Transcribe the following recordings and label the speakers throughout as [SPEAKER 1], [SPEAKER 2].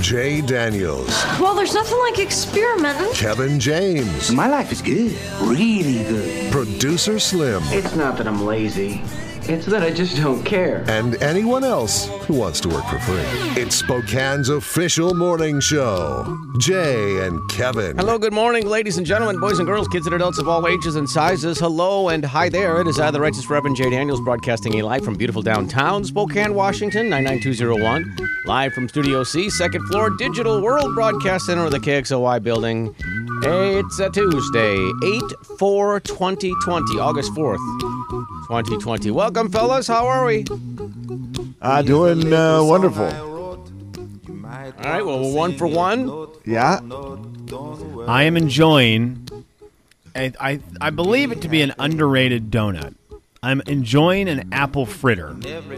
[SPEAKER 1] Jay Daniels,
[SPEAKER 2] Well, there's nothing like experimenting.
[SPEAKER 1] Kevin James,
[SPEAKER 3] My life is good, really good.
[SPEAKER 1] producer Slim,
[SPEAKER 3] It's not that I'm lazy, it's that I just don't care.
[SPEAKER 1] and anyone else who wants to work for free. It's Spokane's official morning show. Jay and Kevin.
[SPEAKER 4] Hello, good morning, ladies and gentlemen, boys and girls, kids and adults of all ages and sizes. Hello and hi there. It is I, the Righteous Reverend Jay Daniels, broadcasting a live from beautiful downtown Spokane, Washington, 99201. Live from Studio C, second floor, Digital World Broadcast Center of the KXOY building. It's a Tuesday, 8 4 2020, August 4th, 2020. Welcome, fellas. How are we?
[SPEAKER 5] Uh, doing uh, wonderful.
[SPEAKER 4] All right, well, we're one for one.
[SPEAKER 5] Yeah.
[SPEAKER 6] I am enjoying. I, I I believe it to be an underrated donut. I'm enjoying an apple fritter,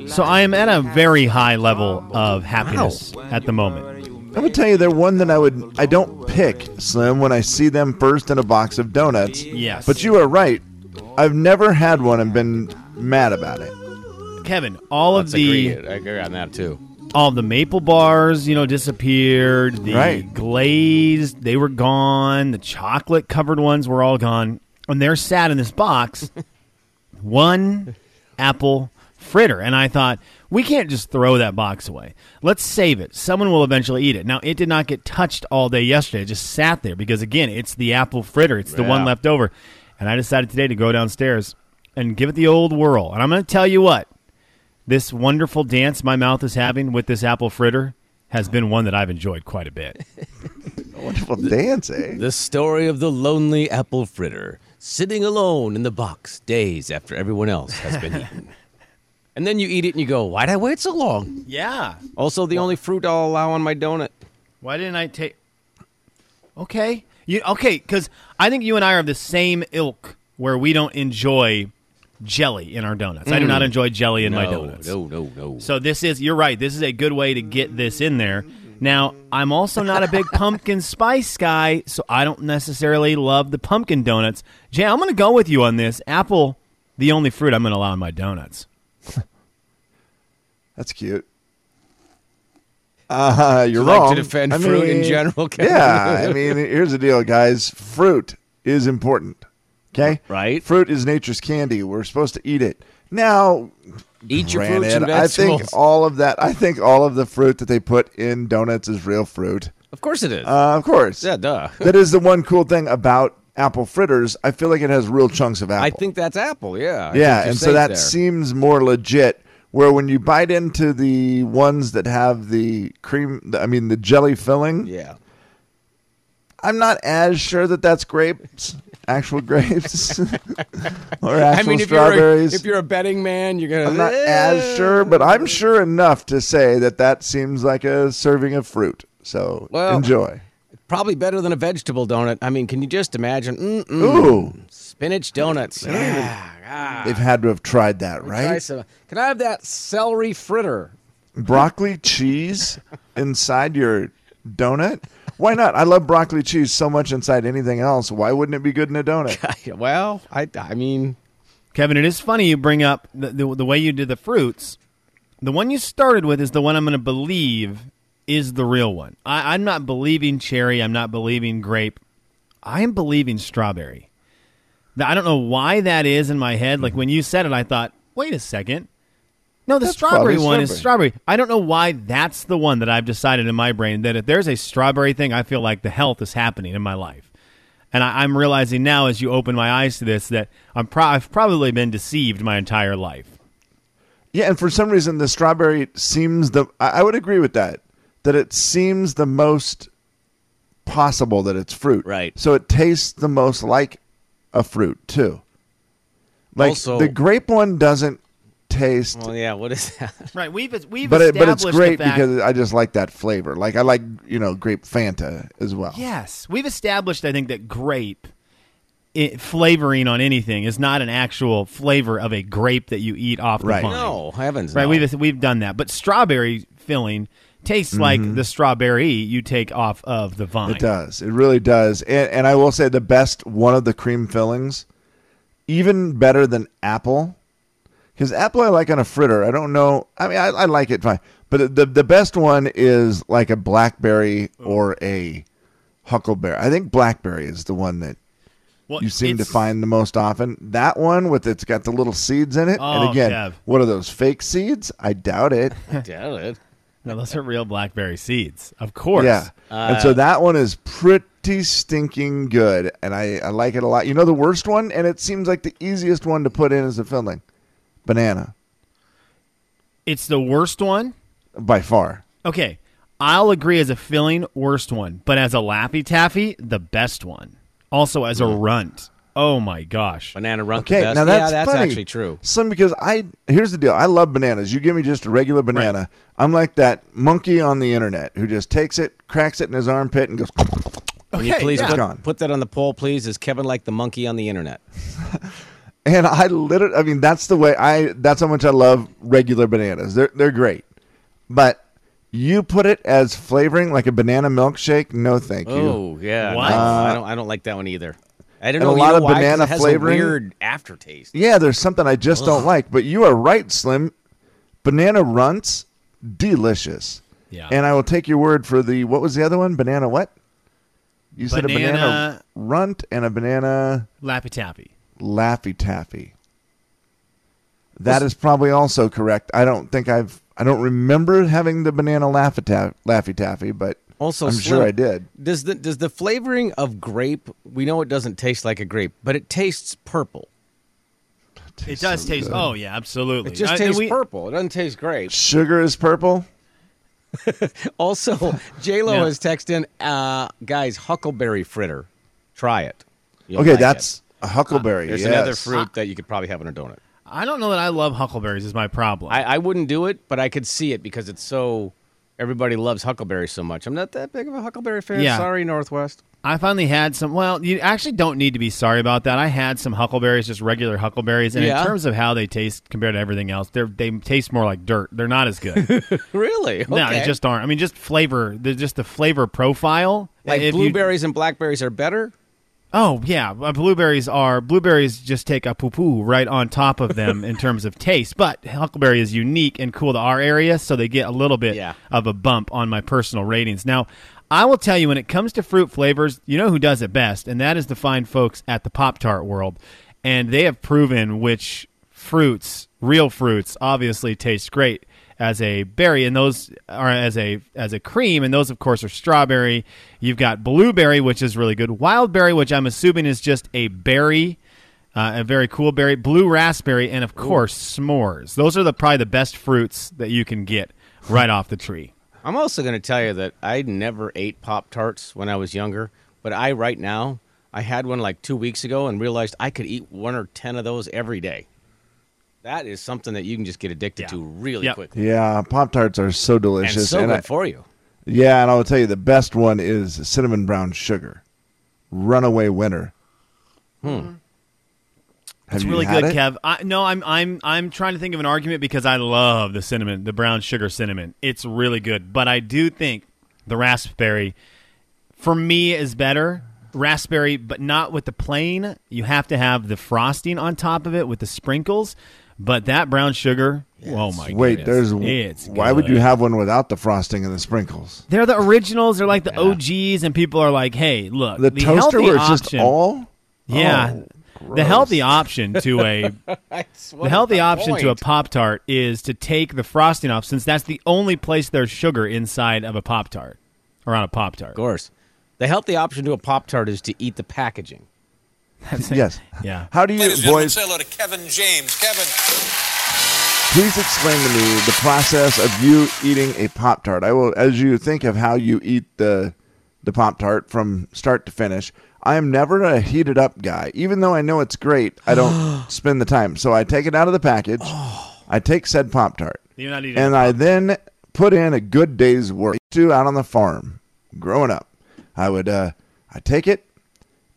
[SPEAKER 6] so I am at a very high level of happiness at the moment.
[SPEAKER 5] I would tell you they're one that I would I don't pick Slim when I see them first in a box of donuts.
[SPEAKER 6] Yes,
[SPEAKER 5] But you are right. I've never had one and been mad about it.
[SPEAKER 6] Kevin, all of
[SPEAKER 4] Let's
[SPEAKER 6] the
[SPEAKER 4] agree. I agree on that, too.
[SPEAKER 6] all the maple bars, you know, disappeared. The
[SPEAKER 5] Right.
[SPEAKER 6] glazed, they were gone. The chocolate covered ones were all gone, and they're sat in this box. one apple fritter. And I thought, we can't just throw that box away. Let's save it. Someone will eventually eat it. Now, it did not get touched all day yesterday. It just sat there because, again, it's the apple fritter, it's the one
[SPEAKER 4] Yeah.
[SPEAKER 6] left over. And I decided today to go downstairs and give it the old whirl. And I'm going to tell you what this wonderful dance my mouth is having with this apple fritter has been one that I've enjoyed quite a bit.
[SPEAKER 5] Wonderful dance, eh?
[SPEAKER 4] The story of the lonely apple fritter sitting alone in the box days after everyone else has been eaten. and then you eat it and you go, Why'd I wait so long?
[SPEAKER 6] yeah.
[SPEAKER 4] Also, the only fruit I'll allow on my donut.
[SPEAKER 6] Why didn't I take? Okay, you okay? Because I think you and I are of the same ilk, where we don't enjoy jelly in our donuts. I do not enjoy jelly in my
[SPEAKER 4] Mm. no,
[SPEAKER 6] donuts.
[SPEAKER 4] no, no, no.
[SPEAKER 6] So this is you're right. This is a good way to get this in there. Now I'm also not a big pumpkin spice guy, so I don't necessarily love the pumpkin donuts. Jay, I'm going to go with you on this. Apple, the only fruit I'm going to allow in my donuts.
[SPEAKER 5] That's cute. Uh, you're
[SPEAKER 4] like to
[SPEAKER 5] wrong.
[SPEAKER 4] defend fruit in general, Kevin?
[SPEAKER 5] Yeah, I mean, here's the deal, guys. Fruit is important. Okay,
[SPEAKER 4] Right.
[SPEAKER 5] Fruit is nature's candy. We're supposed to eat it. Now,
[SPEAKER 4] Eat your fruits and
[SPEAKER 5] Granted, I
[SPEAKER 4] vegetables.
[SPEAKER 5] think all of that. I think all of the fruit that they put in donuts is real fruit.
[SPEAKER 4] of course it is.
[SPEAKER 5] Uh, of course,
[SPEAKER 4] yeah, duh.
[SPEAKER 5] that is the one cool thing about apple fritters. I feel like it has real chunks of apple.
[SPEAKER 4] I think that's apple, yeah. I
[SPEAKER 5] yeah,
[SPEAKER 4] think you're
[SPEAKER 5] and so
[SPEAKER 4] safe
[SPEAKER 5] that
[SPEAKER 4] there.
[SPEAKER 5] seems more legit. Where when you bite into the ones that have the cream, I mean the jelly filling,
[SPEAKER 4] Yeah.
[SPEAKER 5] I'm not as sure that that's grapes, actual grapes, or actual
[SPEAKER 4] I mean, if you're, a,
[SPEAKER 5] strawberries.
[SPEAKER 4] if you're a betting man, you're "Eh, going to.
[SPEAKER 5] I'm not as sure, but I'm sure enough to say that that seems like a serving of fruit. So
[SPEAKER 4] Well-
[SPEAKER 5] enjoy.
[SPEAKER 4] Probably better than a vegetable donut. I mean, can you just imagine? Mm-mm,
[SPEAKER 5] Ooh,
[SPEAKER 4] spinach donuts. Yeah.
[SPEAKER 5] they've had to have tried that, right?
[SPEAKER 4] Nice. Can I have that celery fritter?
[SPEAKER 5] Broccoli cheese inside your donut? Why not? I love broccoli cheese so much inside anything else. Why wouldn't it be good in a donut?
[SPEAKER 4] Well, I, I mean,
[SPEAKER 6] Kevin, it is funny you bring up the, the, the way you did the fruits. The one you started with is the one I'm going to believe is the real one. I, I'm not believing cherry. I'm not believing grape. I am believing strawberry. Now, I don't know why that is in my head. Like when you said it, I thought, wait a second. No, the
[SPEAKER 5] That's
[SPEAKER 6] strawberry
[SPEAKER 5] probably
[SPEAKER 6] one is
[SPEAKER 5] strawberry.
[SPEAKER 6] strawberry. I don't know why that's the one that I've decided in my brain that if there's a strawberry thing, I feel like the health is happening in my life. And I, I'm realizing now, as you open my eyes to this, that I'm pro- I've probably been deceived my entire life.
[SPEAKER 5] Yeah, and for some reason, the strawberry seems the. I I would agree with that. That it seems the most possible that it's fruit.
[SPEAKER 4] Right.
[SPEAKER 5] So it tastes the most like a fruit too. Like
[SPEAKER 4] Also-
[SPEAKER 5] the grape one doesn't taste,
[SPEAKER 4] well, yeah. What is that?
[SPEAKER 6] Right? We've we've
[SPEAKER 5] but it, but it's
[SPEAKER 6] established
[SPEAKER 5] great because I just like that flavor. Like I like you know grape Fanta as well.
[SPEAKER 6] yes, we've established I think that grape it, flavoring on anything is not an actual flavor of a grape that you eat off the
[SPEAKER 5] Right.
[SPEAKER 6] vine.
[SPEAKER 4] No, Oh, heavens.
[SPEAKER 6] Right,
[SPEAKER 4] no.
[SPEAKER 6] we've we've done that, but strawberry filling tastes like the strawberry you take off of the vine.
[SPEAKER 5] Mm-hmm. It does. It really does. And, and I will say the best one of the cream fillings, even better than apple, because apple I like on a fritter. I don't know. I mean, I, I like it fine, But the the best one is like a blackberry
[SPEAKER 6] Oh.
[SPEAKER 5] or a huckleberry. I think blackberry is the one that
[SPEAKER 6] Well,
[SPEAKER 5] you seem to
[SPEAKER 6] it's-
[SPEAKER 5] find the most often. That one with it's got the little seeds in it. and
[SPEAKER 6] Oh,
[SPEAKER 5] again,
[SPEAKER 6] Kev.
[SPEAKER 5] what are those fake seeds? I doubt it.
[SPEAKER 4] Doubt it.
[SPEAKER 6] No, those are real blackberry seeds, of course.
[SPEAKER 5] yeah. and
[SPEAKER 4] Uh,
[SPEAKER 5] so that one is pretty stinking good, and I, I like it a lot. You know the worst one, and it seems like the easiest one to put in as a filling, banana
[SPEAKER 6] it's the worst one.
[SPEAKER 5] by far.
[SPEAKER 6] Okay, I'll agree as a filling, worst one, but as a lappy taffy, the best one. Also as a
[SPEAKER 4] Hmm.
[SPEAKER 6] runt. Oh my gosh.
[SPEAKER 4] Banana runt. the
[SPEAKER 5] Okay,
[SPEAKER 4] best.
[SPEAKER 5] now that's,
[SPEAKER 4] yeah, that's
[SPEAKER 5] funny.
[SPEAKER 4] actually true.
[SPEAKER 5] Some because I here's the deal. I love bananas. You give me just a regular banana, I'm like that monkey on the internet who just takes it, cracks it in his armpit, and goes.
[SPEAKER 4] Can you please
[SPEAKER 5] yeah. Gone.
[SPEAKER 4] put, put that on the poll, please? Is Kevin like the monkey on the internet?
[SPEAKER 5] And I literally, I mean, that's the way I. That's how much I love regular bananas. They're they're great, but you put it as flavoring like a banana milkshake. No, thank you. Uh,
[SPEAKER 4] Oh yeah,
[SPEAKER 6] What?
[SPEAKER 4] no, I don't. I don't like that one either. I don't
[SPEAKER 5] and
[SPEAKER 4] know.
[SPEAKER 5] a
[SPEAKER 4] you
[SPEAKER 5] lot
[SPEAKER 4] know
[SPEAKER 5] of
[SPEAKER 4] why? 'Cause
[SPEAKER 5] banana
[SPEAKER 4] it has
[SPEAKER 5] flavoring.
[SPEAKER 4] A weird aftertaste.
[SPEAKER 5] Yeah, there's something I just don't like. But you are right, Slim. Banana runts, delicious.
[SPEAKER 6] Yeah.
[SPEAKER 5] And I will take your word for the what was the other one? Banana what? You said a banana
[SPEAKER 6] Banana-
[SPEAKER 5] runt and a banana
[SPEAKER 6] Lappy taffy.
[SPEAKER 5] laffy taffy. That is probably also correct. I don't think I've I don't remember having the banana laffy taffy, laffy taffy but
[SPEAKER 4] Also,
[SPEAKER 5] I'm
[SPEAKER 4] Slim,
[SPEAKER 5] sure I did.
[SPEAKER 4] Does the does the flavoring of grape? We know it doesn't taste like a grape, but it tastes purple.
[SPEAKER 6] It does taste. Oh yeah, absolutely.
[SPEAKER 4] It just
[SPEAKER 6] I- and
[SPEAKER 4] tastes
[SPEAKER 6] we-
[SPEAKER 4] purple. It doesn't taste grape.
[SPEAKER 5] Sugar is purple.
[SPEAKER 4] Also, J Lo
[SPEAKER 6] Yeah.
[SPEAKER 4] has texted in, uh, guys, huckleberry fritter. Try it. You'll
[SPEAKER 5] Okay,
[SPEAKER 4] like it.
[SPEAKER 5] that's a huckleberry.
[SPEAKER 4] There's
[SPEAKER 5] yes.
[SPEAKER 4] another fruit that you could probably have in a donut.
[SPEAKER 6] I don't know that I love huckleberries. Is my problem.
[SPEAKER 4] I, I wouldn't do it, but I could see it because it's so. Everybody loves huckleberry so much. I'm not that big of a huckleberry fan.
[SPEAKER 6] Yeah.
[SPEAKER 4] Sorry, Northwest.
[SPEAKER 6] I finally had some. Well, you actually don't need to be sorry about that. I had some huckleberries, just regular huckleberries, and
[SPEAKER 4] Yeah.
[SPEAKER 6] in terms of how they taste compared to everything else, they they taste more like dirt. They're not as good.
[SPEAKER 4] Really? Okay.
[SPEAKER 6] No, they just aren't. I mean, just flavor. The, just the flavor profile.
[SPEAKER 4] like
[SPEAKER 6] If you-
[SPEAKER 4] blueberries and blackberries are better.
[SPEAKER 6] oh yeah, uh, blueberries are blueberries. Just take a poo poo right on top of them in terms of taste. But huckleberry is unique and cool to our area, so they get a little bit
[SPEAKER 4] Yeah.
[SPEAKER 6] of a bump on my personal ratings. Now, I will tell you when it comes to fruit flavors, you know who does it best, and that is the fine folks at the Pop Tart world. And they have proven which fruits, real fruits, obviously taste great as a berry and those are as a as a cream and those of course are strawberry. You've got blueberry which is really good. Wild berry which I'm assuming is just a berry uh, a very cool berry, blue raspberry, and of course s'mores. Those are the probably the best fruits that you can get right off the tree.
[SPEAKER 4] I'm also going to tell you that I never ate Pop Tarts when I was younger, but I right now I had one like two weeks ago and realized I could eat one or ten of those every day. That is something that you can just get addicted
[SPEAKER 6] Yeah.
[SPEAKER 4] to really
[SPEAKER 6] Yep.
[SPEAKER 4] quickly,
[SPEAKER 5] Yeah, Pop Tarts are so
[SPEAKER 4] and
[SPEAKER 5] delicious.
[SPEAKER 4] so
[SPEAKER 5] and
[SPEAKER 4] good
[SPEAKER 5] I-
[SPEAKER 4] for you.
[SPEAKER 5] Yeah, and I will tell you the best one is cinnamon brown sugar, runaway winner. Hmm. Have
[SPEAKER 6] It's
[SPEAKER 5] you
[SPEAKER 6] really
[SPEAKER 5] had
[SPEAKER 6] good,
[SPEAKER 5] it?
[SPEAKER 6] Kev. I, no, I'm I'm I'm trying to think of an argument because I love the cinnamon, the brown sugar cinnamon. It's really good, but I do think the raspberry for me is better. Raspberry, but not with the plain. You have to have the frosting on top of it with the sprinkles. But that brown sugar, oh my!
[SPEAKER 5] Wait,
[SPEAKER 6] goodness,
[SPEAKER 5] there's
[SPEAKER 6] it's
[SPEAKER 5] why would
[SPEAKER 6] good.
[SPEAKER 5] you have one without the frosting and the sprinkles?
[SPEAKER 6] They're the originals. They're like the OGs, and people are like, "Hey, look,
[SPEAKER 5] The, toaster
[SPEAKER 6] healthy
[SPEAKER 5] where it's
[SPEAKER 6] option,
[SPEAKER 5] just all
[SPEAKER 6] yeah,
[SPEAKER 5] Oh,
[SPEAKER 6] the healthy
[SPEAKER 5] gross.
[SPEAKER 6] option to a the healthy option to a pop tart is to take the frosting off, since that's the only place there's sugar inside of a pop tart or on a pop tart.
[SPEAKER 4] Of course, the healthy option to a Pop Tart is to eat the packaging.
[SPEAKER 5] yes.
[SPEAKER 6] Yeah.
[SPEAKER 5] How do you
[SPEAKER 7] Ladies and gentlemen,
[SPEAKER 5] boys
[SPEAKER 7] say hello to Kevin James. Kevin.
[SPEAKER 5] please explain to me the process of you eating a pop tart i will as you think of how you eat the the pop tart from start to finish i am never a heated up guy even though i know it's great i don't spend the time so i take it out of the package i take said pop tart
[SPEAKER 6] You're not eating
[SPEAKER 5] and i then put in a good day's work too out on the farm growing up i would uh i take it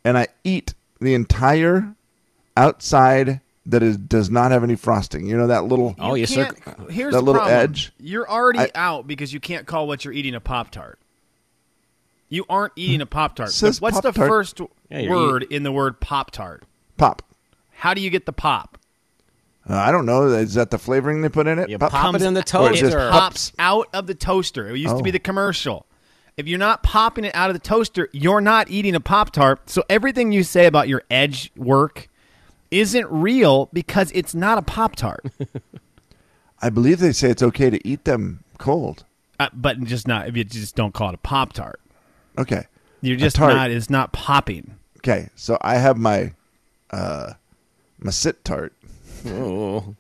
[SPEAKER 5] and i eat the entire outside that is does not have any frosting you know that little
[SPEAKER 4] Oh, you
[SPEAKER 6] can't-
[SPEAKER 4] circ-
[SPEAKER 6] Here's
[SPEAKER 5] that
[SPEAKER 6] the
[SPEAKER 5] little
[SPEAKER 6] problem.
[SPEAKER 5] edge.
[SPEAKER 6] You're already
[SPEAKER 5] I-
[SPEAKER 6] out because you can't call what you're eating a pop tart. You aren't eating a pop tart.
[SPEAKER 5] Says
[SPEAKER 6] What's the
[SPEAKER 5] Pop-Tart.
[SPEAKER 6] first
[SPEAKER 4] Yeah, you're
[SPEAKER 6] word in the word pop tart?
[SPEAKER 5] pop
[SPEAKER 6] How do you get the pop?
[SPEAKER 5] Uh, I don't know. Is that the flavoring they put in it?
[SPEAKER 4] You
[SPEAKER 5] Pop-
[SPEAKER 4] pop it in the
[SPEAKER 5] Or
[SPEAKER 4] toaster.
[SPEAKER 5] it just
[SPEAKER 6] pops out of the toaster. It used to be
[SPEAKER 5] Oh.
[SPEAKER 6] the commercial. If you're not popping it out of the toaster, you're not eating a Pop Tart. So everything you say about your edge work isn't real because it's not a Pop Tart,
[SPEAKER 5] I believe they say it's okay to eat them cold.
[SPEAKER 6] uh, but just not if you just don't call it a Pop Tart.
[SPEAKER 5] Okay.
[SPEAKER 6] You're
[SPEAKER 5] A
[SPEAKER 6] just
[SPEAKER 5] tart.
[SPEAKER 6] not. It's not popping.
[SPEAKER 5] Okay. So I have my uh my sit tart.
[SPEAKER 4] Ooh.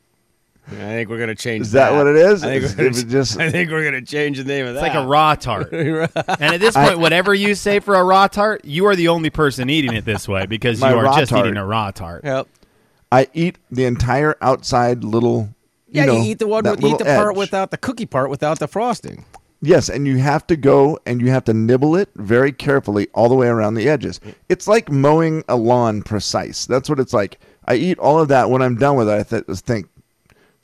[SPEAKER 4] I think we're gonna change.
[SPEAKER 5] Is that what it is?
[SPEAKER 4] I think,
[SPEAKER 5] Is-
[SPEAKER 4] we're
[SPEAKER 5] if
[SPEAKER 4] gonna,
[SPEAKER 5] it just-
[SPEAKER 4] I think we're gonna change the name of
[SPEAKER 6] It's
[SPEAKER 4] that.
[SPEAKER 6] like a raw tart. and at this point, whatever you say for a raw tart, you are the only person eating it this way because you
[SPEAKER 5] My
[SPEAKER 6] are
[SPEAKER 5] raw
[SPEAKER 6] just
[SPEAKER 5] tart.
[SPEAKER 6] eating a raw tart.
[SPEAKER 4] Yep.
[SPEAKER 5] I eat the entire outside little.
[SPEAKER 4] Yeah,
[SPEAKER 5] you,
[SPEAKER 4] you,
[SPEAKER 5] know,
[SPEAKER 4] eat the one
[SPEAKER 5] that
[SPEAKER 4] with eat
[SPEAKER 5] little
[SPEAKER 4] the part
[SPEAKER 5] edge.
[SPEAKER 4] without the cookie part without the frosting.
[SPEAKER 5] Yes, and you have to go and you have to nibble it very carefully all the way around the edges.
[SPEAKER 6] Mm.
[SPEAKER 5] It's like mowing a lawn precise. That's what it's like. I eat all of that. When I'm done with it, I th- just think,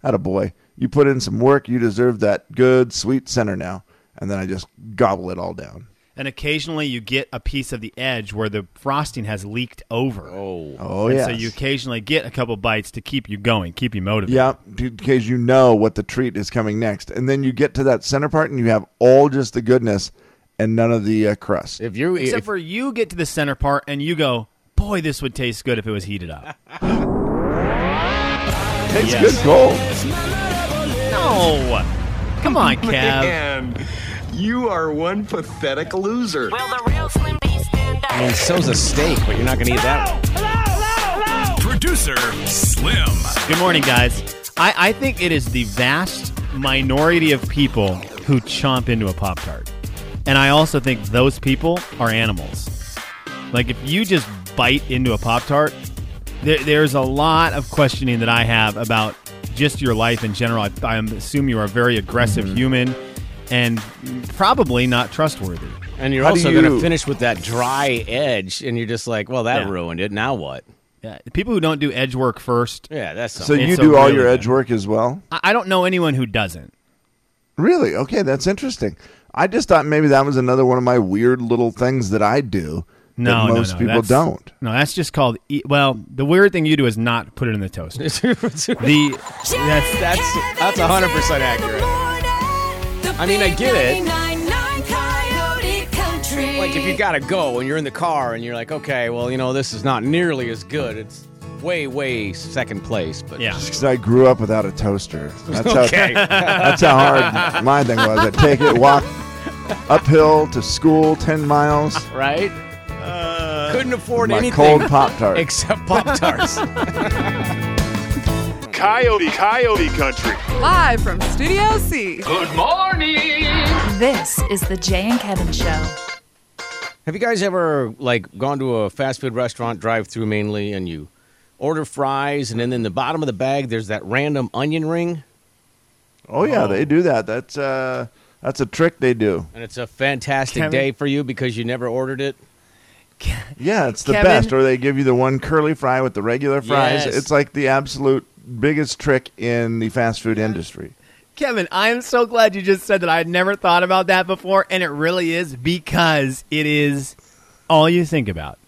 [SPEAKER 5] a boy, you put in some work. You deserve that good, sweet center now. And then I just gobble it all down.
[SPEAKER 6] And occasionally you get a piece of the edge where the frosting has leaked over. Oh,
[SPEAKER 5] Oh,
[SPEAKER 6] and
[SPEAKER 5] yeah.
[SPEAKER 6] So you occasionally get a couple bites to keep you going, keep you motivated.
[SPEAKER 5] Yeah, because you know what the treat is coming next. And then you get to that center part and you have all just the goodness and none of the uh, crust.
[SPEAKER 4] If you
[SPEAKER 6] Except
[SPEAKER 4] if,
[SPEAKER 6] for you get to the center part and you go, boy, this would taste good if it was heated up.
[SPEAKER 5] Tastes
[SPEAKER 6] yes.
[SPEAKER 5] good gold.
[SPEAKER 6] no. Come on, Kev.
[SPEAKER 8] Man, you are one pathetic loser.
[SPEAKER 9] Will the real Slim Beast stand up?
[SPEAKER 4] I mean, so's a steak, but you're not gonna eat that.
[SPEAKER 10] Producer Slim.
[SPEAKER 6] Good morning, guys. I, I think it is the vast minority of people who chomp into a Pop Tart. And I also think those people are animals. Like, if you just bite into a Pop Tart, there, there's a lot of questioning that I have about just your life in general. I, I assume you are a very aggressive human and probably not trustworthy.
[SPEAKER 4] And you're
[SPEAKER 5] How do
[SPEAKER 4] also gonna
[SPEAKER 5] you-
[SPEAKER 4] finish with that dry edge, and you're just like, well, that
[SPEAKER 6] Yeah.
[SPEAKER 4] ruined it. Now what?
[SPEAKER 6] Yeah, the people who don't do edge work first,
[SPEAKER 4] Yeah, that's
[SPEAKER 5] So
[SPEAKER 4] something.
[SPEAKER 5] you
[SPEAKER 6] It's
[SPEAKER 5] do all
[SPEAKER 6] really
[SPEAKER 5] your edge
[SPEAKER 6] good.
[SPEAKER 5] work as well?
[SPEAKER 6] I, I don't know anyone who doesn't.
[SPEAKER 5] Really? Okay, that's interesting. I just thought maybe that was another one of my weird little things that I do
[SPEAKER 6] No,
[SPEAKER 5] that
[SPEAKER 6] no,
[SPEAKER 5] most
[SPEAKER 6] no,
[SPEAKER 5] people
[SPEAKER 6] that's-
[SPEAKER 5] don't.
[SPEAKER 6] No, that's just called. E- well, the weird thing you do is not put it in the toaster. the that's
[SPEAKER 4] that's that's 100 percent accurate. I mean, I get it. Like if you gotta go and you're in the car and you're like, okay, well, you know, this is not nearly as good. It's way, way second place, but
[SPEAKER 6] yeah.
[SPEAKER 5] Because I grew up without a toaster. That's how,
[SPEAKER 4] Okay.
[SPEAKER 5] that's how hard my thing was. I'd take it, walk uphill to school 10 miles,
[SPEAKER 4] right? Couldn't afford
[SPEAKER 5] Uh, my
[SPEAKER 4] anything
[SPEAKER 5] cold Pop Tart.
[SPEAKER 4] except Pop Tarts.
[SPEAKER 10] Coyote, Coyote Country.
[SPEAKER 11] Live from Studio C.
[SPEAKER 10] Good morning.
[SPEAKER 11] This is the Jay and Kevin Show.
[SPEAKER 4] Have you guys ever like gone to a fast food restaurant drive-through mainly, and you order fries, and then in the bottom of the bag there's that random onion ring,
[SPEAKER 5] oh, yeah, they do that. That's, uh, that's a trick they do.
[SPEAKER 4] and it's a fantastic
[SPEAKER 6] Kevin?
[SPEAKER 4] day for you because you never ordered it.
[SPEAKER 5] Yeah, it's the
[SPEAKER 6] Kevin?
[SPEAKER 5] best. Or they give you the one curly fry with the regular fries.
[SPEAKER 4] Yes.
[SPEAKER 5] It's like the absolute biggest trick in the fast food industry.
[SPEAKER 6] Kevin, I am so glad you just said that. I had never thought about that before, and it really is because it is all you think about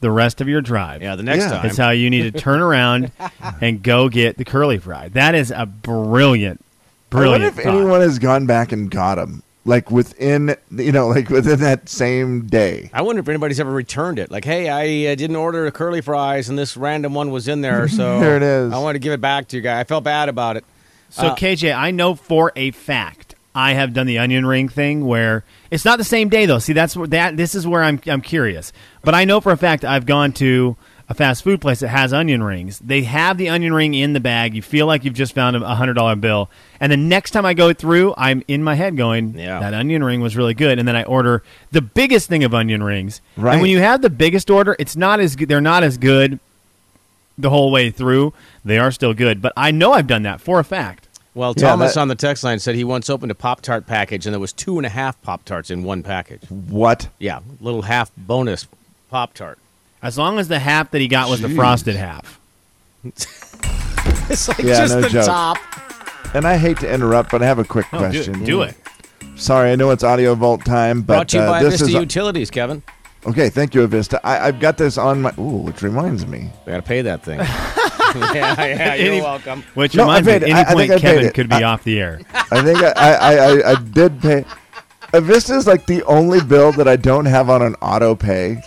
[SPEAKER 6] the rest of your drive.
[SPEAKER 4] Yeah, the next
[SPEAKER 5] Yeah.
[SPEAKER 4] time.
[SPEAKER 6] It's how you need to turn around and go get the curly fry. That is a brilliant, brilliant.
[SPEAKER 5] I wonder if
[SPEAKER 6] thought.
[SPEAKER 5] anyone has gone back and got them, like within you know, like within that same day.
[SPEAKER 4] I wonder if anybody's ever returned it. Like, hey, I uh, didn't order the curly fries, and this random one was in there, so
[SPEAKER 5] There it is.
[SPEAKER 4] I want to give it back to you guys. I felt bad about it.
[SPEAKER 6] So KJ, I know for a fact I have done the onion ring thing where it's not the same day though. See, that's where that this is where I'm I'm curious. But I know for a fact I've gone to a fast food place that has onion rings. They have the onion ring in the bag. You feel like you've just found a hundred dollar bill. And the next time I go through, I'm in my head going,
[SPEAKER 4] Yeah.
[SPEAKER 6] that onion ring was really good. And then I order the biggest thing of onion rings.
[SPEAKER 5] Right.
[SPEAKER 6] And when you have the biggest order, it's not as good. They're not as good the whole way through. They are still good. But I know I've done that for a fact.
[SPEAKER 4] Well,
[SPEAKER 5] Yeah,
[SPEAKER 4] Thomas
[SPEAKER 5] that-
[SPEAKER 4] on the text line said he once opened a Pop Tart package, and there was two and a half Pop Tarts in one package.
[SPEAKER 5] What?
[SPEAKER 4] Yeah, little half bonus Pop Tart.
[SPEAKER 6] As long as the half that he got was the frosted half.
[SPEAKER 4] It's like
[SPEAKER 5] Yeah,
[SPEAKER 4] just
[SPEAKER 5] no
[SPEAKER 4] the
[SPEAKER 5] joke.
[SPEAKER 4] top.
[SPEAKER 5] And I hate to interrupt, but I have a quick question.
[SPEAKER 6] Do, Oh, do it.
[SPEAKER 5] Sorry, I know it's audio vault time, but
[SPEAKER 4] Brought to you
[SPEAKER 5] uh,
[SPEAKER 4] by
[SPEAKER 5] this
[SPEAKER 4] Vista
[SPEAKER 5] is
[SPEAKER 4] Utilities, Kevin.
[SPEAKER 5] okay. Thank you, Avista. I, I've got this on my. Ooh, which reminds me.
[SPEAKER 4] We got to pay that thing. yeah, yeah, you're
[SPEAKER 6] Any-
[SPEAKER 4] welcome.
[SPEAKER 6] Which
[SPEAKER 5] No, I
[SPEAKER 6] reminds me, at
[SPEAKER 5] paid it.
[SPEAKER 6] any
[SPEAKER 5] I- I
[SPEAKER 6] point
[SPEAKER 5] think I paid
[SPEAKER 6] Kevin
[SPEAKER 5] it.
[SPEAKER 6] could be off the air.
[SPEAKER 5] I think I, I, I, I, I did pay. Avista is like the only bill that I don't have on an auto pay.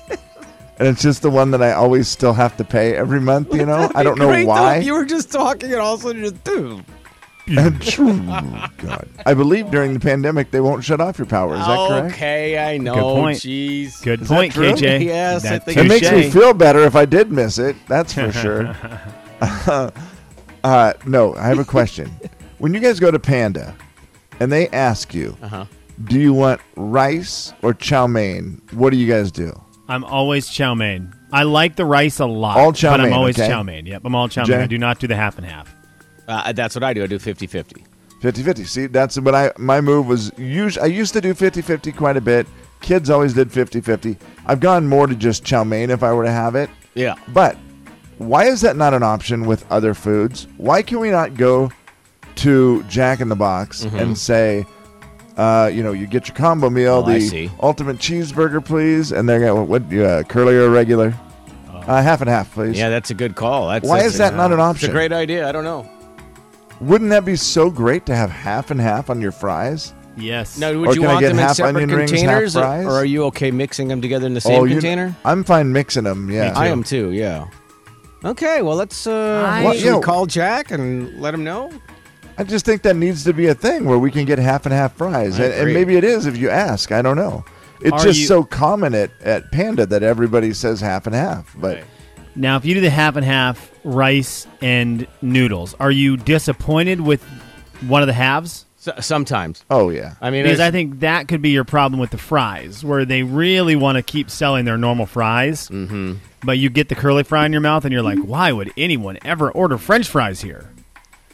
[SPEAKER 5] And it's just the one that I always still have to pay every month, you know? I don't know
[SPEAKER 4] Great, though,
[SPEAKER 5] why.
[SPEAKER 4] if You were just talking and all of a sudden just, dude.
[SPEAKER 5] God. I believe during the pandemic they won't shut off your power. Is that correct?
[SPEAKER 4] Okay, I know.
[SPEAKER 6] point.
[SPEAKER 4] Jeez.
[SPEAKER 6] Good
[SPEAKER 5] that
[SPEAKER 6] point,
[SPEAKER 5] true?
[SPEAKER 6] KJ.
[SPEAKER 4] Yes, I
[SPEAKER 6] That's
[SPEAKER 4] think
[SPEAKER 5] It makes me
[SPEAKER 6] touche.
[SPEAKER 5] feel better if I did miss it. That's for sure. uh, no, I have a question. when you guys go to Panda and they ask you, do you want rice or chow mein? What do you guys do?
[SPEAKER 6] I'm always chow mein. I like the rice a lot.
[SPEAKER 5] All chow
[SPEAKER 6] But I'm
[SPEAKER 5] mein,
[SPEAKER 6] always
[SPEAKER 5] okay?
[SPEAKER 6] chow mein. Yep, I'm all chow mein.
[SPEAKER 5] Jay?
[SPEAKER 6] I do not do the half and half.
[SPEAKER 4] Uh, that's what I do. I do 50 50.
[SPEAKER 5] 50-50. See, that's what I my move was. Usually, I used to do 50-50 quite a bit. Kids always did 50-50. I've gone more to just chow mein if I were to have it.
[SPEAKER 4] Yeah.
[SPEAKER 5] But why is that not an option with other foods? Why can we not go to Jack in the Box
[SPEAKER 4] Mm-hmm.
[SPEAKER 5] and say, uh, you know, you get your combo meal,
[SPEAKER 4] Oh, I
[SPEAKER 5] the
[SPEAKER 4] see.
[SPEAKER 5] ultimate cheeseburger, please, and they're going, what, uh, curly or regular? Uh, half and half, please.
[SPEAKER 4] Oh. Yeah, that's a good call. That's,
[SPEAKER 5] Why
[SPEAKER 4] that's
[SPEAKER 5] is that not an
[SPEAKER 4] It's a
[SPEAKER 5] option?
[SPEAKER 4] great idea. I don't know.
[SPEAKER 5] Wouldn't that be so great to have half and half on your fries?
[SPEAKER 6] Yes.
[SPEAKER 4] Now,
[SPEAKER 5] Or
[SPEAKER 4] would you
[SPEAKER 5] can I
[SPEAKER 4] want
[SPEAKER 5] get
[SPEAKER 4] them in
[SPEAKER 5] half
[SPEAKER 4] separate
[SPEAKER 5] onion rings, half
[SPEAKER 4] containers, or,
[SPEAKER 5] fries? Oh,
[SPEAKER 4] or are you okay mixing them together in the same
[SPEAKER 5] you-
[SPEAKER 4] container?
[SPEAKER 5] I'm fine mixing them. Yeah,
[SPEAKER 4] I am too. Yeah. Okay. Well, let's uh,
[SPEAKER 5] What-
[SPEAKER 4] should we
[SPEAKER 5] yo.
[SPEAKER 4] call Jack and let him know.
[SPEAKER 5] I just think that needs to be a thing where we can get half and half fries, and, and
[SPEAKER 4] agree.
[SPEAKER 5] maybe it is if you ask. I don't know. It's
[SPEAKER 6] Are
[SPEAKER 5] just
[SPEAKER 6] you-
[SPEAKER 5] so common at, at Panda that everybody says half and half. But
[SPEAKER 6] Now, if you do the half and half rice and noodles, are you disappointed with one of the halves?
[SPEAKER 4] So, sometimes.
[SPEAKER 5] oh yeah,
[SPEAKER 4] I mean,
[SPEAKER 6] Because
[SPEAKER 4] it's-
[SPEAKER 6] I think that could be your problem with the fries, where they really want to keep selling their normal fries, mm-hmm. but you get the curly fry in your mouth, and you're like, why would anyone ever order French fries here?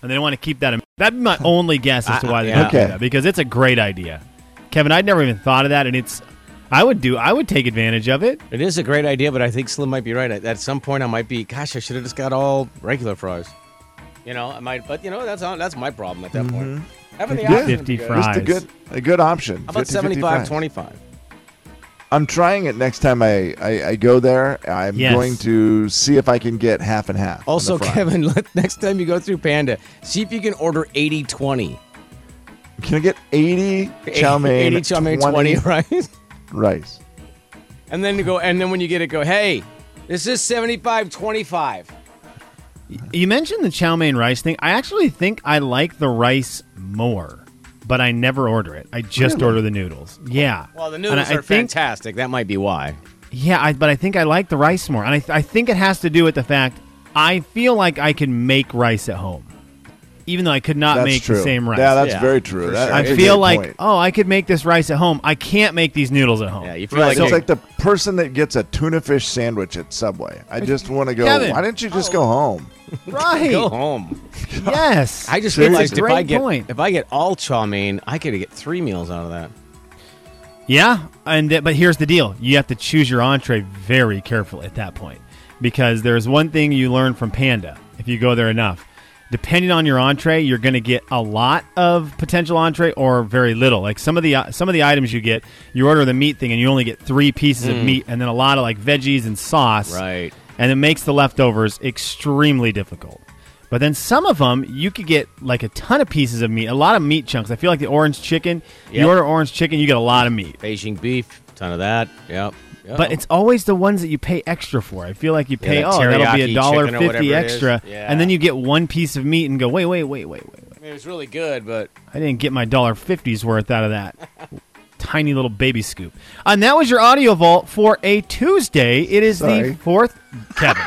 [SPEAKER 6] And they want to keep that. in- That'd be my only guess as to why they
[SPEAKER 4] yeah.
[SPEAKER 6] don't do
[SPEAKER 5] Okay.
[SPEAKER 6] that, because it's a great idea, Kevin. I'd never even thought of that, and it's. I would do. I would take advantage of it.
[SPEAKER 4] It is a great idea, but I think Slim might be right. At, at some point, I might be, gosh, I should have just got all regular fries. You know, I might, but you know, that's not, that's my problem at that point. Having the
[SPEAKER 5] Yeah.
[SPEAKER 4] option would be
[SPEAKER 6] 50
[SPEAKER 4] good.
[SPEAKER 6] fries.
[SPEAKER 5] just a good a good option.
[SPEAKER 4] How about
[SPEAKER 5] 50-50
[SPEAKER 4] 75,
[SPEAKER 5] fries.
[SPEAKER 4] 25?
[SPEAKER 5] I'm trying it next time I, I, I go there. I'm
[SPEAKER 6] Yes.
[SPEAKER 5] going to see if I can get half and half. on the
[SPEAKER 4] Also,
[SPEAKER 5] fry.
[SPEAKER 4] Kevin, let, next time you go through Panda, see if you can order 80, 20.
[SPEAKER 5] can I get 80 chow mein,
[SPEAKER 4] 80 chow mein, 20 rice.
[SPEAKER 5] rice?
[SPEAKER 4] And then you go, and then when you get it, go, hey, this is 75, 25.
[SPEAKER 6] You mentioned the chow mein rice thing. I actually think I like the rice more, but I never order it. I just order the noodles. Yeah.
[SPEAKER 4] Well, the
[SPEAKER 6] And
[SPEAKER 4] noodles
[SPEAKER 6] I, I
[SPEAKER 4] are
[SPEAKER 6] think,
[SPEAKER 4] fantastic. That might be why.
[SPEAKER 6] Yeah, I, but I think I like the rice more, and I, I think it has to do with the fact I feel like I can make rice at home, even though I could not
[SPEAKER 5] That's
[SPEAKER 6] make
[SPEAKER 5] true.
[SPEAKER 6] the same rice.
[SPEAKER 5] Yeah, that's
[SPEAKER 4] Yeah,
[SPEAKER 5] very true.
[SPEAKER 4] for
[SPEAKER 5] That-
[SPEAKER 4] sure.
[SPEAKER 5] that's a
[SPEAKER 6] I
[SPEAKER 5] great
[SPEAKER 6] feel like
[SPEAKER 5] point.
[SPEAKER 6] oh, I could make this rice at home. I can't make these noodles at home.
[SPEAKER 4] Yeah, you feel like,
[SPEAKER 5] Right, it's like the person that gets a tuna fish sandwich at Subway. I just want to go.
[SPEAKER 6] Kevin.
[SPEAKER 5] Why don't you just
[SPEAKER 4] Oh.
[SPEAKER 5] go home?
[SPEAKER 6] right.
[SPEAKER 4] go home.
[SPEAKER 6] Yes.
[SPEAKER 4] I just
[SPEAKER 6] It's a
[SPEAKER 4] realized if
[SPEAKER 6] great
[SPEAKER 4] I get
[SPEAKER 6] point.
[SPEAKER 4] if I get all chow mein, I could get three meals out of that.
[SPEAKER 6] Yeah, and th- but here's the deal: you have to choose your entree very careful at that point, because there's one thing you learn from Panda if you go there enough. Depending on your entree, you're going to get a lot of potential entree or very little. Like some of the uh, some of the items you get, you order the meat thing and you only get three pieces of meat, and then a lot of like veggies and sauce
[SPEAKER 4] Right.
[SPEAKER 6] and it makes the leftovers extremely difficult. But then some of them, you could get like a ton of pieces of meat, a lot of meat chunks. I feel like the orange chicken,
[SPEAKER 4] Yep.
[SPEAKER 6] you order orange chicken, you get a lot of meat.
[SPEAKER 4] Beijing beef, ton of that. Yep. Yep.
[SPEAKER 6] But it's always the ones that you pay extra for. I feel like you
[SPEAKER 4] Yeah,
[SPEAKER 6] pay,
[SPEAKER 4] that
[SPEAKER 6] oh, that'll be
[SPEAKER 4] teriyaki
[SPEAKER 6] a dollar
[SPEAKER 4] chicken or whatever
[SPEAKER 6] fifty
[SPEAKER 4] it is.
[SPEAKER 6] extra,
[SPEAKER 4] Yeah.
[SPEAKER 6] and then you get one piece of meat and go, wait, wait, wait, wait, wait,
[SPEAKER 4] I
[SPEAKER 6] wait.
[SPEAKER 4] mean, it was really good, but
[SPEAKER 6] I didn't get my dollar fifties worth out of that tiny little baby scoop. Uh, And that was your audio vault for a Tuesday. It is
[SPEAKER 5] Sorry.
[SPEAKER 6] the fourth, Kevin,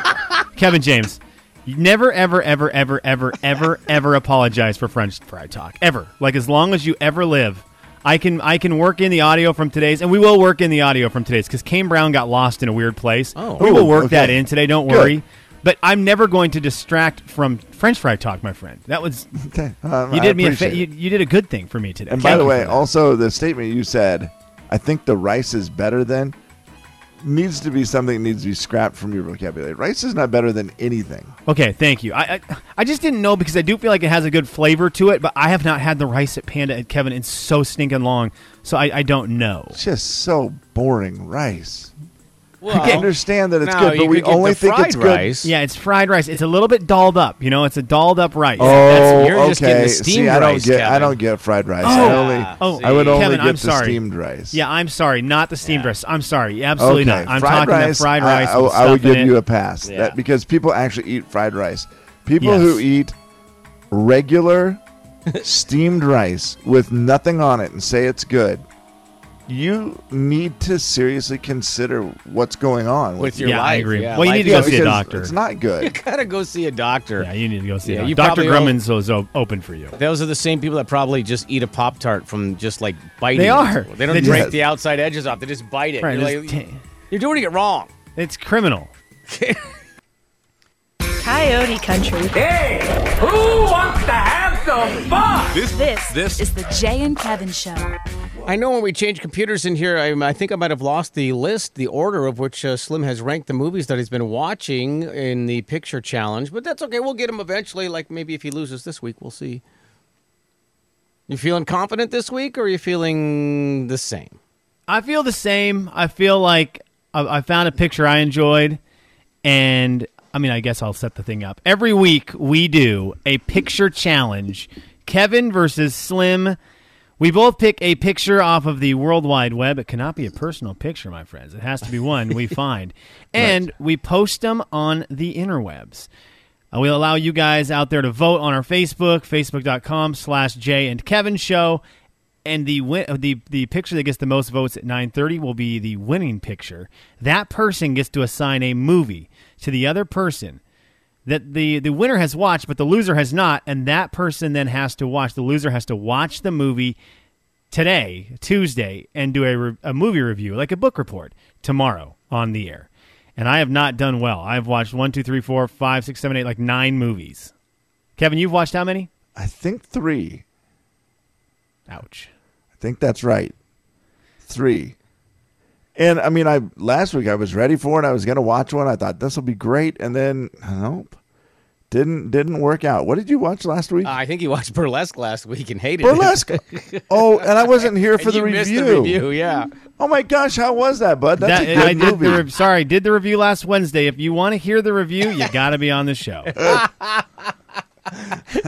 [SPEAKER 6] Kevin James. you Never, ever, ever, ever, ever, ever, ever apologize for French fry talk. Ever, like as long as you ever live, I can I can work in the audio from today's, and we will work in the audio from today's because Kane Brown got lost in a weird place.
[SPEAKER 4] Oh.
[SPEAKER 6] we will
[SPEAKER 5] Ooh,
[SPEAKER 6] work that
[SPEAKER 5] okay.
[SPEAKER 6] in today. Don't
[SPEAKER 5] Good.
[SPEAKER 6] worry. But I'm never going to distract from French fry talk, my friend. That was
[SPEAKER 5] Um,
[SPEAKER 6] you
[SPEAKER 5] I
[SPEAKER 6] did me a
[SPEAKER 5] appreciate
[SPEAKER 6] fa-
[SPEAKER 5] it.
[SPEAKER 6] you, you did a good thing for me today.
[SPEAKER 5] And by
[SPEAKER 6] Thank
[SPEAKER 5] the
[SPEAKER 6] you
[SPEAKER 5] way,
[SPEAKER 6] for that.
[SPEAKER 5] also the statement you said, I think the rice is better than needs to be something that needs to be scrapped from your vocabulary. Rice is not better than anything.
[SPEAKER 6] Okay, thank you. I, I I just didn't know because I do feel like it has a good flavor to it, but I have not had the rice at Panda at Kevin in so stinking long, so I, I don't know.
[SPEAKER 5] It's just so boring rice.
[SPEAKER 4] Well,
[SPEAKER 5] I understand that it's
[SPEAKER 4] no,
[SPEAKER 5] good,
[SPEAKER 4] you
[SPEAKER 5] but we
[SPEAKER 4] could get
[SPEAKER 5] only
[SPEAKER 4] the
[SPEAKER 5] think
[SPEAKER 4] fried
[SPEAKER 5] it's good.
[SPEAKER 4] rice.
[SPEAKER 6] Yeah, it's fried rice. It's a little bit dolled up. You know, it's a dolled up rice.
[SPEAKER 5] Oh,
[SPEAKER 4] you're
[SPEAKER 5] okay.
[SPEAKER 4] just getting the
[SPEAKER 5] See,
[SPEAKER 4] steamed
[SPEAKER 5] I don't
[SPEAKER 4] rice,
[SPEAKER 5] get I
[SPEAKER 4] Kevin.
[SPEAKER 5] don't get fried rice. I
[SPEAKER 6] Oh.
[SPEAKER 5] only
[SPEAKER 6] Oh,
[SPEAKER 5] I would only
[SPEAKER 6] Kevin,
[SPEAKER 5] get
[SPEAKER 6] I'm
[SPEAKER 5] the
[SPEAKER 6] sorry.
[SPEAKER 5] steamed rice.
[SPEAKER 6] Yeah, I'm sorry, not the steamed rice. I'm sorry, absolutely
[SPEAKER 5] okay.
[SPEAKER 6] not. I'm
[SPEAKER 5] fried
[SPEAKER 6] talking
[SPEAKER 5] rice,
[SPEAKER 6] the fried
[SPEAKER 5] I-
[SPEAKER 6] rice.
[SPEAKER 5] I,
[SPEAKER 6] with
[SPEAKER 5] I would
[SPEAKER 6] stuff in
[SPEAKER 5] give you
[SPEAKER 6] it.
[SPEAKER 5] a pass
[SPEAKER 4] Yeah.
[SPEAKER 5] that, because people actually eat fried rice. People who
[SPEAKER 6] Yes.
[SPEAKER 5] eat regular steamed rice with nothing on it and say it's good. You need to seriously consider what's going on with,
[SPEAKER 4] with your
[SPEAKER 6] Yeah, I
[SPEAKER 4] life.
[SPEAKER 6] agree.
[SPEAKER 4] Yeah,
[SPEAKER 6] Well, you
[SPEAKER 4] life
[SPEAKER 6] need to
[SPEAKER 4] is-
[SPEAKER 6] go see a
[SPEAKER 5] because
[SPEAKER 6] doctor.
[SPEAKER 5] It's not
[SPEAKER 4] You
[SPEAKER 5] good.
[SPEAKER 4] gotta go see a doctor.
[SPEAKER 6] Yeah, you need to go see
[SPEAKER 4] Yeah,
[SPEAKER 6] that.
[SPEAKER 4] you
[SPEAKER 6] Doctor
[SPEAKER 4] probably don't-
[SPEAKER 6] Grumman's is o- open for you.
[SPEAKER 4] Those are the same people that probably just eat a pop tart from just like biting.
[SPEAKER 6] They
[SPEAKER 4] it.
[SPEAKER 6] are.
[SPEAKER 4] They don't
[SPEAKER 6] They just-
[SPEAKER 4] break the outside edges off. They just bite it.
[SPEAKER 6] Right,
[SPEAKER 4] you're,
[SPEAKER 6] just
[SPEAKER 4] like,
[SPEAKER 6] ta-
[SPEAKER 4] you're doing it wrong.
[SPEAKER 6] it's criminal.
[SPEAKER 11] Coyote Country.
[SPEAKER 10] Who wants to have some fun?
[SPEAKER 11] This, is the Jay and Kevin Show.
[SPEAKER 4] I know when we change computers in here, I, I think I might have lost the list, the order of which uh, Slim has ranked the movies that he's been watching in the picture challenge. But that's okay. We'll get him eventually. Like maybe if he loses this week, we'll see. You feeling confident this week, or are you feeling the same?
[SPEAKER 6] I feel the same. I feel like I, I found a picture I enjoyed, and I mean, I guess I'll set the thing up. Every week we do a picture challenge Kevin versus Slim. We both pick a picture off of the World Wide Web. It cannot be a personal picture, my friends. It has to be one we find. And we post them on the interwebs. Uh, we'll allow you guys out there to vote on our Facebook, facebook.com slash Jay and Kevin Show. And the, win- uh, the the picture that gets the most votes at 9:30 will be the winning picture. That person gets to assign a movie to the other person that the the winner has watched, but the loser has not, and that person then has to watch. The loser has to watch the movie today, Tuesday, and do a, re- a movie review, like a book report, tomorrow on the air. And I have not done well. I've watched one, two, three, four, five, six, seven, eight, like nine movies. Kevin, you've watched how many?
[SPEAKER 5] I think three.
[SPEAKER 6] Ouch.
[SPEAKER 5] I think that's right. Three. And I mean, I last week I was ready for it. I was going to watch one. I thought this will be great, and then nope, didn't didn't work out. What did you watch last week?
[SPEAKER 4] Uh, I think he watched Burlesque last week and hated
[SPEAKER 5] Burlesque. oh, and I wasn't here
[SPEAKER 4] it.
[SPEAKER 5] for the
[SPEAKER 4] you missed
[SPEAKER 5] review.
[SPEAKER 4] the review. Yeah.
[SPEAKER 5] Oh my gosh, how was that, bud? That's
[SPEAKER 6] That-
[SPEAKER 5] a good
[SPEAKER 6] I did
[SPEAKER 5] movie.
[SPEAKER 6] the re- sorry, did the review last Wednesday. If you want to hear the review, you got to be on the show.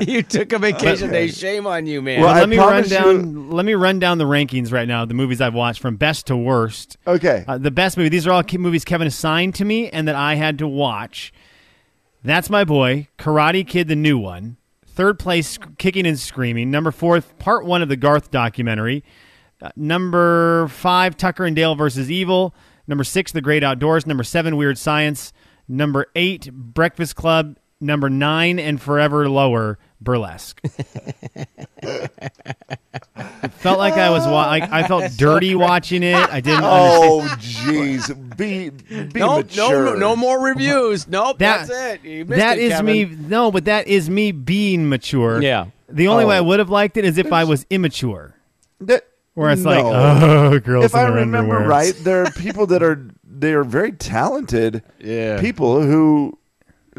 [SPEAKER 4] you took a vacation day. Shame on you, man.
[SPEAKER 5] Well, I
[SPEAKER 6] let me run
[SPEAKER 5] promise
[SPEAKER 6] down.
[SPEAKER 5] you-
[SPEAKER 6] Let me run down the rankings right now. of The movies I've watched from best to worst.
[SPEAKER 5] okay,
[SPEAKER 6] Uh, the best movie. These are all ke- movies Kevin assigned to me and that I had to watch. That's my boy, Karate Kid, the new one. Third place, Kicking and Screaming. Number four, part one of the Garth documentary. Uh, number five, Tucker and Dale versus Evil. Number six, The Great Outdoors. Number seven, Weird Science. Number eight, Breakfast Club. Number nine, and forever lower, Burlesque. it felt like I was. Wa- I, I felt dirty watching it. I didn't. understand.
[SPEAKER 5] Oh jeez, be be
[SPEAKER 4] no,
[SPEAKER 5] mature.
[SPEAKER 4] no, no more reviews. Nope,
[SPEAKER 6] That-
[SPEAKER 4] that's it. You missed
[SPEAKER 6] That
[SPEAKER 4] it,
[SPEAKER 6] is
[SPEAKER 4] Kevin.
[SPEAKER 6] me. No, but that is me being mature.
[SPEAKER 4] Yeah.
[SPEAKER 6] The only way I
[SPEAKER 5] Oh.
[SPEAKER 6] would have liked it is if I was immature,
[SPEAKER 5] That-
[SPEAKER 6] where it's
[SPEAKER 5] no.
[SPEAKER 6] like, oh, girls
[SPEAKER 5] if
[SPEAKER 6] in
[SPEAKER 5] I
[SPEAKER 6] their
[SPEAKER 5] remember
[SPEAKER 6] underwear."
[SPEAKER 5] right, there are people that are they are very talented
[SPEAKER 4] Yeah.
[SPEAKER 5] people who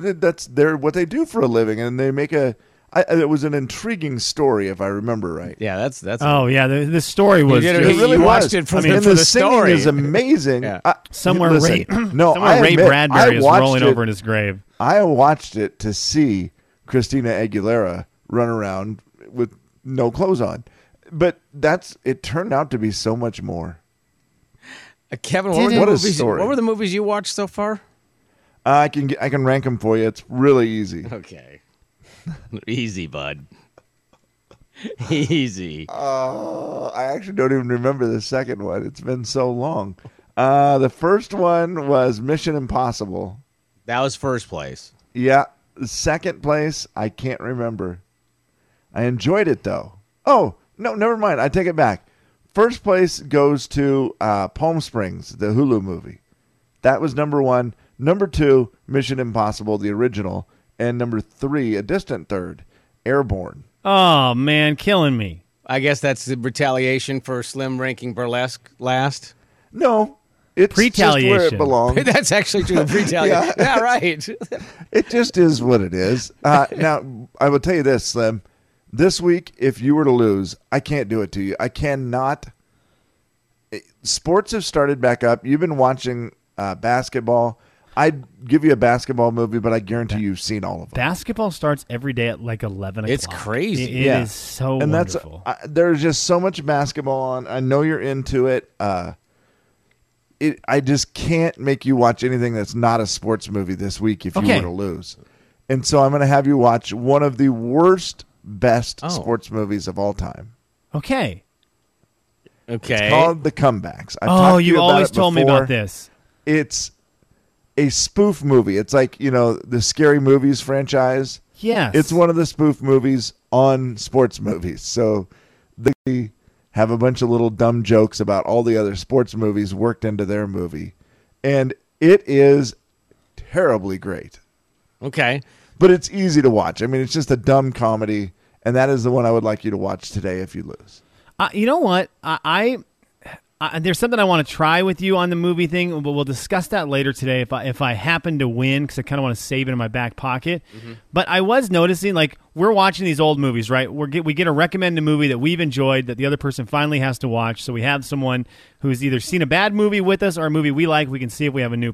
[SPEAKER 5] th- that's their what they do for a living, and they make a. I, it was an intriguing story, if I remember right.
[SPEAKER 4] Yeah, that's that's.
[SPEAKER 6] Oh yeah, the, the story was
[SPEAKER 4] did it.
[SPEAKER 6] just-
[SPEAKER 5] It really
[SPEAKER 4] You watched
[SPEAKER 5] was.
[SPEAKER 4] it for
[SPEAKER 5] I
[SPEAKER 4] the-
[SPEAKER 5] mean,
[SPEAKER 4] for
[SPEAKER 5] the,
[SPEAKER 4] the
[SPEAKER 5] singing
[SPEAKER 4] story.
[SPEAKER 5] is amazing.
[SPEAKER 4] Yeah.
[SPEAKER 5] I-
[SPEAKER 6] somewhere.
[SPEAKER 5] listen,
[SPEAKER 6] Ray,
[SPEAKER 5] no,
[SPEAKER 6] somewhere
[SPEAKER 5] I
[SPEAKER 6] Ray
[SPEAKER 5] admit,
[SPEAKER 6] Bradbury
[SPEAKER 5] I
[SPEAKER 6] is
[SPEAKER 5] watched
[SPEAKER 6] rolling
[SPEAKER 5] it-
[SPEAKER 6] over in his grave.
[SPEAKER 5] I watched it to see Christina Aguilera run around with no clothes on, but that's it turned out to be so much more.
[SPEAKER 4] Uh, Kevin, what were, the
[SPEAKER 5] What a
[SPEAKER 4] movies,
[SPEAKER 5] story.
[SPEAKER 4] what were the movies you watched so far?
[SPEAKER 5] I can get, I can rank them for you. It's really easy.
[SPEAKER 4] Okay, easy, bud. Easy.
[SPEAKER 5] Oh, I actually don't even remember the second one. It's been so long. Uh, the first one was Mission Impossible.
[SPEAKER 4] That was first place.
[SPEAKER 5] Yeah. The second place, I can't remember. I enjoyed it though. Oh, no, never mind. I take it back. First place goes to uh, Palm Springs, the Hulu movie. That was number one. Number two, Mission Impossible, the original. And number three, a distant third, Airborne.
[SPEAKER 6] Oh man, killing me.
[SPEAKER 4] I guess that's the retaliation for Slim ranking burlesque last.
[SPEAKER 5] No, it's just where it
[SPEAKER 6] Pretaliation.
[SPEAKER 5] belongs.
[SPEAKER 4] that's actually true. The retaliation. yeah. right.
[SPEAKER 5] It just is what it is. Uh, now, I will tell you this, Slim. This week, if you were to lose, I can't do it to you. I cannot. It- sports have started back up. You've been watching uh, basketball. I'd give you a basketball movie, but I guarantee you've seen all of them.
[SPEAKER 6] Basketball starts every day at like eleven o'clock.
[SPEAKER 4] It's crazy.
[SPEAKER 6] It- it
[SPEAKER 5] Yeah.
[SPEAKER 6] is so
[SPEAKER 5] and
[SPEAKER 6] wonderful.
[SPEAKER 5] that's uh, there's just so much basketball on. I know you're into it. Uh, it I just can't make you watch anything that's not a sports movie this week if
[SPEAKER 6] Okay.
[SPEAKER 5] you were to lose. And so I'm going to have you watch one of the worst, best
[SPEAKER 4] Oh.
[SPEAKER 5] sports movies of all time
[SPEAKER 6] okay.
[SPEAKER 4] Okay.
[SPEAKER 5] called The Comebacks. I've talked
[SPEAKER 6] Eh? Oh,
[SPEAKER 5] to
[SPEAKER 6] you,
[SPEAKER 5] about
[SPEAKER 6] always
[SPEAKER 5] it
[SPEAKER 6] told me about
[SPEAKER 5] before.
[SPEAKER 6] this.
[SPEAKER 5] It's a spoof movie. It's like you know the Scary Movies franchise.
[SPEAKER 6] Yes.
[SPEAKER 5] It's one of the spoof movies on sports movies. So they have a bunch of little dumb jokes about all the other sports movies worked into their movie. And it is terribly great.
[SPEAKER 4] okay.
[SPEAKER 5] But it's easy to watch. I mean, it's just a dumb comedy. And that is the one I would like you to watch today if you lose.
[SPEAKER 6] Uh, you know what? I, I, I there's something I want to try with you on the movie thing, but we'll discuss that later today. If I if I happen to win, because I kind of want to save it in my back pocket. But I was noticing, like we're watching these old movies, right? We get we get a recommended movie that we've enjoyed that the other person finally has to watch. So we have someone who's either seen a bad movie with us or a movie we like. We can see if we have a new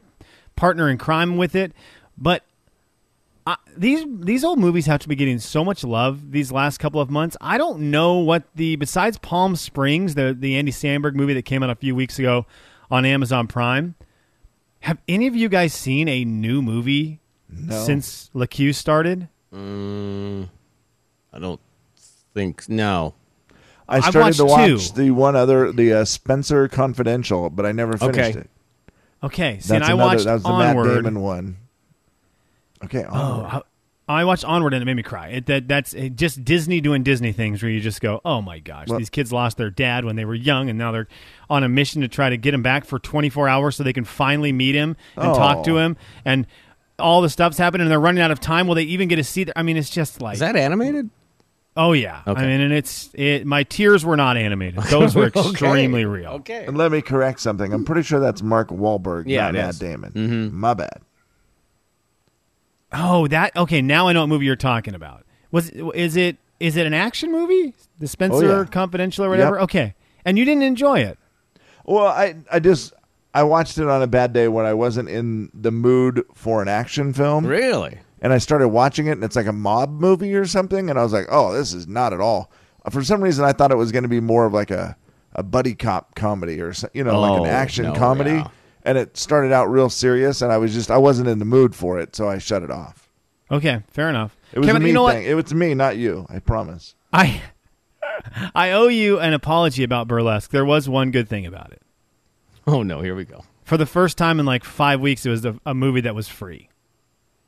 [SPEAKER 6] partner in crime with it. But these these old movies have to be getting so much love these last couple of months. I don't know what the besides Palm Springs, the the Andy Sandberg movie that came out a few weeks ago on Amazon Prime. Have any of you guys seen a new movie since LaCue started?
[SPEAKER 4] I don't think no.
[SPEAKER 5] I
[SPEAKER 6] I've
[SPEAKER 5] started to
[SPEAKER 6] watched
[SPEAKER 5] watch
[SPEAKER 6] two.
[SPEAKER 5] the one other, the uh, Spencer Confidential, but I never finished
[SPEAKER 4] Okay.
[SPEAKER 5] it.
[SPEAKER 6] Okay, see,
[SPEAKER 5] That's
[SPEAKER 6] and I
[SPEAKER 5] another,
[SPEAKER 6] watched
[SPEAKER 5] that was the Matt
[SPEAKER 6] Onward.
[SPEAKER 5] Damon one. Okay.
[SPEAKER 6] Oh,
[SPEAKER 5] Onward.
[SPEAKER 6] I, I watched Onward and it made me cry. It, that that's it, just Disney doing Disney things where you just go, "Oh my gosh,
[SPEAKER 5] Well-
[SPEAKER 6] these kids lost their dad when they were young, and now they're on a mission to try to get him back for 24 hours so they can finally meet him and talk to
[SPEAKER 5] Oh.
[SPEAKER 6] him." And all the stuff's happening, and they're running out of time. Will they even get to see? The, I mean, it's just like,
[SPEAKER 4] Is that animated?
[SPEAKER 6] oh yeah.
[SPEAKER 4] Okay.
[SPEAKER 6] I mean, and it's it. My tears were not animated; those were extremely real.
[SPEAKER 4] Okay.
[SPEAKER 5] And let me correct something. I'm pretty sure that's Mark Wahlberg,
[SPEAKER 4] Yeah,
[SPEAKER 5] not
[SPEAKER 4] it
[SPEAKER 5] Matt
[SPEAKER 4] is. Mm-hmm.
[SPEAKER 5] Damon. My bad.
[SPEAKER 6] Oh, that okay. Now I know what movie you're talking about. Was is it is it an action movie? The Spencer
[SPEAKER 5] Oh, yeah.
[SPEAKER 6] Confidential or whatever.
[SPEAKER 5] Yep.
[SPEAKER 6] Okay, and you didn't enjoy it.
[SPEAKER 5] Well, I I just I watched it on a bad day when I wasn't in the mood for an action film,
[SPEAKER 4] Really?
[SPEAKER 5] and I started watching it, and it's like a mob movie or something, and I was like, oh, this is not at all. For some reason, I thought it was going to be more of like a a buddy cop comedy or so- you know like
[SPEAKER 4] Oh,
[SPEAKER 5] an action
[SPEAKER 4] no,
[SPEAKER 5] comedy,
[SPEAKER 4] yeah.
[SPEAKER 5] and it started out real serious, and I was just I wasn't in the mood for it, so I shut it off.
[SPEAKER 6] Okay, fair enough.
[SPEAKER 5] It was
[SPEAKER 6] Kevin,
[SPEAKER 5] a me
[SPEAKER 6] you know
[SPEAKER 5] thing.
[SPEAKER 6] what?
[SPEAKER 5] It was me, not you. I promise.
[SPEAKER 6] I I owe you an apology about burlesque. There was one good thing about it.
[SPEAKER 4] Oh no, here we go.
[SPEAKER 6] For the first time in like five weeks, it was a, a movie that was free.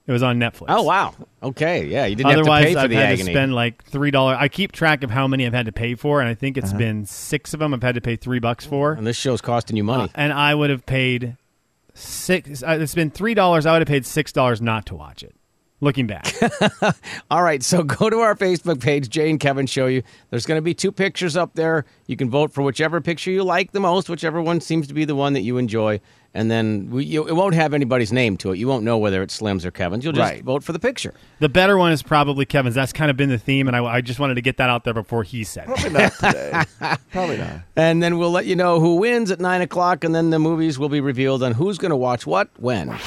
[SPEAKER 6] It was on Netflix.
[SPEAKER 4] Oh wow. Okay, yeah, you didn't
[SPEAKER 6] Otherwise,
[SPEAKER 4] have to pay for
[SPEAKER 6] I've
[SPEAKER 4] the
[SPEAKER 6] had
[SPEAKER 4] agony.
[SPEAKER 6] to spend like three dollars. I keep track of how many I've had to pay for, and I think
[SPEAKER 5] Uh-huh.
[SPEAKER 6] it's been six of them. I've had to pay three bucks for.
[SPEAKER 4] and this show's costing you money.
[SPEAKER 6] and I would have paid six. Uh, it's been three dollars. I would have paid six dollars not to watch it. Looking back,
[SPEAKER 4] All right, so go to our Facebook page, Jay and Kevin Show You. There's going to be two pictures up there. You can vote for whichever picture you like the most, whichever one seems to be the one that you enjoy. And then we, you, it won't have anybody's name to it. You won't know whether it's Slim's or Kevin's. You'll just
[SPEAKER 5] Right.
[SPEAKER 4] vote for the picture.
[SPEAKER 6] the better one is probably Kevin's. That's kind of been the theme, and I, I just wanted to get that out there before he said. it.
[SPEAKER 5] Probably not today. Probably not.
[SPEAKER 4] And then we'll let you know who wins at 9 o'clock, and then the movies will be revealed on who's going to watch what when.